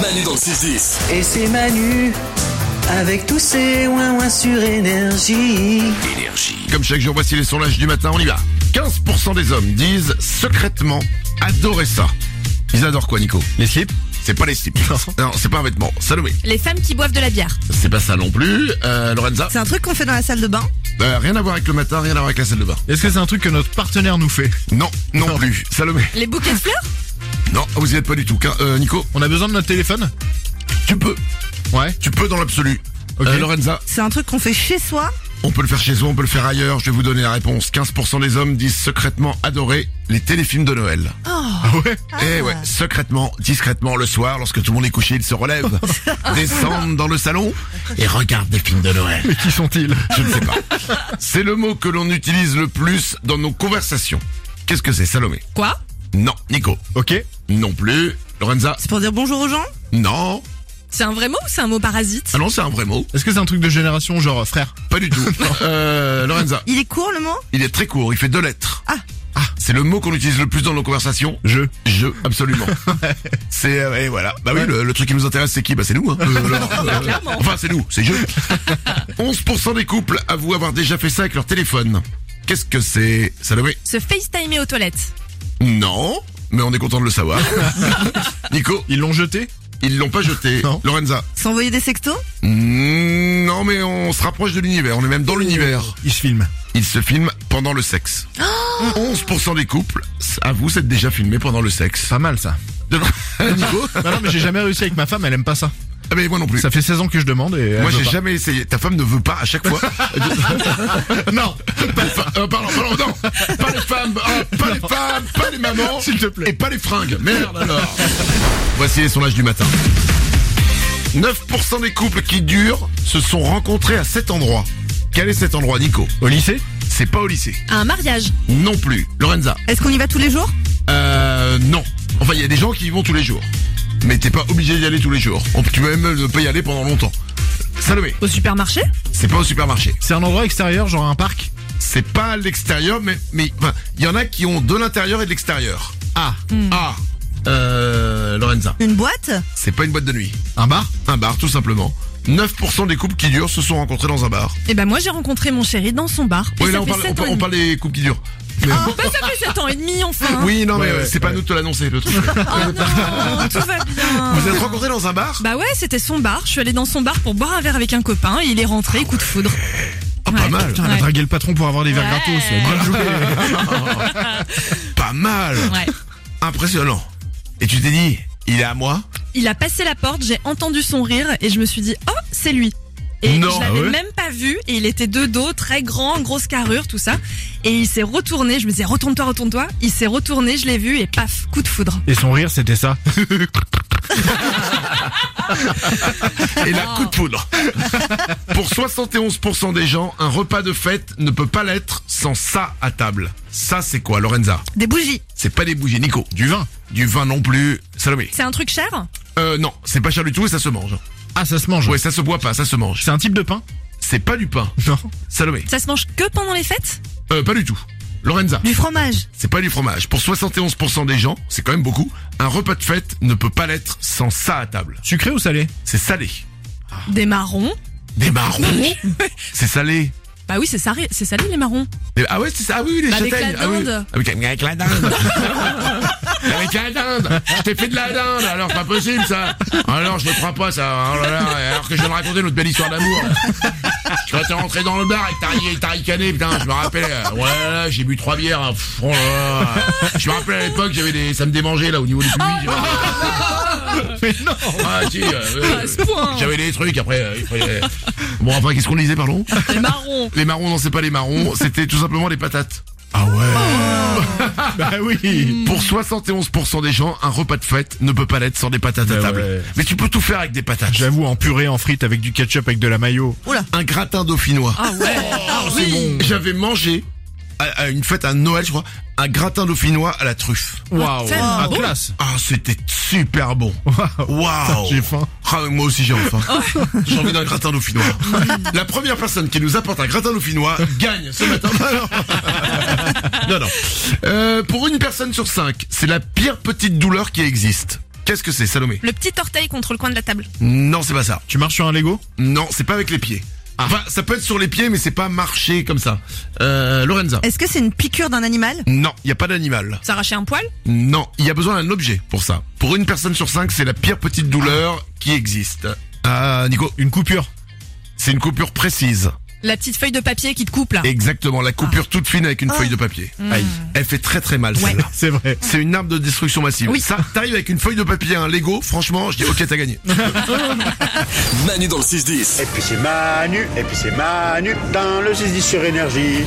Manu dans le 6-10. Et c'est Manu avec tous ses ouin ouin sur énergie. Énergie. Comme chaque jour, voici les sondages du matin, on y va. 15% des hommes disent secrètement adorer ça. Ils adorent quoi, Nico Les slips C'est pas les slips. Non, c'est pas un vêtement. Salomé, Les femmes qui boivent de la bière. c'est pas ça non plus. Euh, Lorenza, C'est un truc qu'on fait dans la salle de bain. Euh, rien à voir avec le matin, rien à voir avec la salle de bain. Est-ce que c'est un truc que notre partenaire nous fait Non, non, plus. Salomé, Les bouquets de fleurs non, vous y êtes pas du tout. Quin- euh, Nico, On a besoin de notre téléphone tu peux, Ouais. tu peux dans l'absolu. Ok. Euh, Lorenza, C'est un truc qu'on fait chez soi. on peut le faire chez soi, on peut le faire ailleurs. Je vais vous donner la réponse. 15% des hommes disent secrètement adorer les téléfilms de Noël. Ah ouais Eh ouais, secrètement, discrètement, le soir, lorsque tout le monde est couché, ils se relèvent, descendent dans le salon et regardent des films de Noël. Mais qui sont-ils Je ne sais pas. C'est le mot que l'on utilise le plus dans nos conversations. Qu'est-ce que c'est, Salomé Quoi Non. Nico Ok. Non plus. Lorenza C'est pour dire bonjour aux gens. Non. C'est un vrai mot ou c'est un mot parasite Ah non, c'est un vrai mot. Est-ce que c'est un truc de génération genre euh, frère Pas du tout. Euh, Lorenza, Il est court le mot il est très court, il fait deux lettres. Ah. Ah, c'est le mot qu'on utilise le plus dans nos conversations. Je. Je, absolument. c'est euh, et voilà. Bah oui, le, le truc qui nous intéresse, c'est qui Bah c'est nous. Hein. Euh, alors, euh, enfin, c'est nous, c'est je. 11% des couples avouent avoir déjà fait ça avec leur téléphone. Qu'est-ce que c'est Salomé Se facetimer aux toilettes. Non, mais on est content de le savoir. Nico, Ils l'ont jeté ils l'ont pas jeté. Non. Lorenza, S'envoyer des sextos mm, non mais on se rapproche de l'univers, on est même dans l'univers. Ils se filment. Ils se filment pendant le sexe. 11% des couples avouent s'être déjà filmés pendant le sexe. Pas mal ça. Nico Bah non mais j'ai jamais réussi avec ma femme, elle aime pas ça. Ah mais moi non plus. Ça fait 16 ans que je demande et elle Moi, veut j'ai pas. jamais essayé. Ta femme ne veut pas à chaque fois. Non Enfin, euh, pardon, pardon, non. Pas les femmes, oh, pas les femmes, pas les mamans. S'il te plaît. Et pas les fringues. Merde alors. Voici les sondages du matin. 9% des couples qui durent se sont rencontrés à cet endroit. Quel est cet endroit, Nico Au lycée C'est pas au lycée. À un mariage. Non plus. Lorenza Est-ce qu'on y va tous les jours Euh, non. Enfin, il y a des gens qui y vont tous les jours. Mais t'es pas obligé d'y aller tous les jours. On- Tu peux même ne pas y aller pendant longtemps. Salomé, Au supermarché c'est pas au supermarché. C'est un endroit extérieur, genre un parc c'est pas à l'extérieur, mais mais enfin, il y en a qui ont de l'intérieur et de l'extérieur. Ah, Hmm. ah, euh, Lorenza, Une boîte c'est pas une boîte de nuit, Un bar un bar tout simplement. 9% des couples qui durent se sont rencontrés dans un bar. Eh ben moi j'ai rencontré mon chéri dans son bar. Et Oui, ça là on fait parle, on, sept ans parle- et on demi. parle des couples qui durent. Bah, ça fait 7 ans et demi enfin. Oui, non, mais Ouais, euh, ouais, c'est pas à nous de te l'annoncer le truc. Oh non, tout va bien. Vous êtes rencontrés dans un bar Bah ouais, c'était son bar. Je suis allée dans son bar pour boire un verre avec un copain et il est rentré, coup de foudre. Oh, Pas Ouais. mal, Putain, elle a Ouais. dragué le patron pour avoir des verres Ouais. gratos. Bien joué. pas mal, Ouais. impressionnant. Et tu t'es dit, il est à moi Il a passé la porte, j'ai entendu son rire et je me suis dit, oh, c'est lui. Et Non, je l'avais ah ouais même pas vu et il était de dos, très grand, grosse carrure, tout ça. Et il s'est retourné, je me disais, retourne-toi, retourne-toi. Il s'est retourné, je l'ai vu et paf, coup de foudre. Et son rire c'était ça. Et la coup de poudre. Pour 71% des gens, un repas de fête ne peut pas l'être sans ça à table. Ça, c'est quoi, Lorenza Des bougies C'est pas des bougies, Nico. Du vin. Du vin non plus, Salomé. C'est un truc cher Euh, non, c'est pas cher du tout et ça se mange. Ah ça se mange. Ouais, ça se boit pas, ça se mange. C'est un type de pain C'est pas du pain, Non. Salomé. Ça se mange que pendant les fêtes Euh, pas du tout. Lorenza, Du fromage c'est pas du fromage. Pour 71% des gens, c'est quand même beaucoup, un repas de fête ne peut pas l'être sans ça à table. Sucré ou salé C'est salé. Des marrons Des marrons C'est salé. Bah oui, c'est salé, c'est salé les marrons. Et- Ah ouais, c'est ça. Ah oui, les Avec châtaignes. la Ah oui. Bah, dinde. Avec, avec la dinde. avec la dinde. Je t'ai fait de la dinde. Alors, pas possible, ça. Alors, je ne crois pas, ça. Oh là là. Alors que je viens de raconter notre belle histoire d'amour. Quand t'es rentré dans le bar et que t'as ri- t'as ricané, putain, je me rappelle. euh, Ouais, là, là, j'ai bu trois bières. hein. Pff, oh là là. Je me rappelle à l'époque, j'avais des, ça me démangeait, là, au niveau du public. Oh. Mais non Ah, si, euh, euh, À ce point. j'avais des trucs après. euh, il fallait- Bon, enfin, qu'est-ce qu'on disait, pardon? Les marrons. Les marrons, non, c'est pas les marrons. C'était tout simplement les patates. Ah ouais. Bah oui Pour 71% des gens, un repas de fête ne peut pas l'être sans des patates à Bah table. ouais. Mais tu peux tout faire avec des patates. J'avoue, en purée, en frites, avec du ketchup, avec de la mayo. Un gratin dauphinois. Ah ouais. Oh, J'avais mangé à, à une fête à Noël, je crois, un gratin dauphinois à la truffe. Waouh tellement Ah, bon. classe Ah, c'était super bon. Waouh Waouh. J'ai faim. Ah, moi aussi j'ai faim. J'ai envie d'un gratin dauphinois. La première personne qui nous apporte un gratin dauphinois gagne ce matin. Non, non. Euh, pour une personne sur cinq, c'est la pire petite douleur qui existe. Qu'est-ce que c'est, Salomé Le petit orteil contre le coin de la table. Non, c'est pas ça. Tu marches sur un Lego Non, c'est pas avec les pieds. Enfin, ça peut être sur les pieds, mais c'est pas marcher comme ça. Euh, Lorenza. Est-ce que c'est une piqûre d'un animal Non, il y a pas d'animal. S'arracher un poil Non, il y a besoin d'un objet pour ça. Pour une personne sur cinq, c'est la pire petite douleur qui existe. Ah, Nico, Une coupure c'est une coupure précise. La petite feuille de papier qui te coupe là. Exactement, la coupure toute fine avec une feuille de papier. Aïe. Elle fait très très mal celle-là. C'est vrai. C'est une arme de destruction massive. Oui. Ça, t'arrives avec une feuille de papier, un Lego, franchement, je dis ok, t'as gagné. Manu dans le 6-10. Et puis c'est Manu, et puis c'est Manu dans le 6 sur énergie.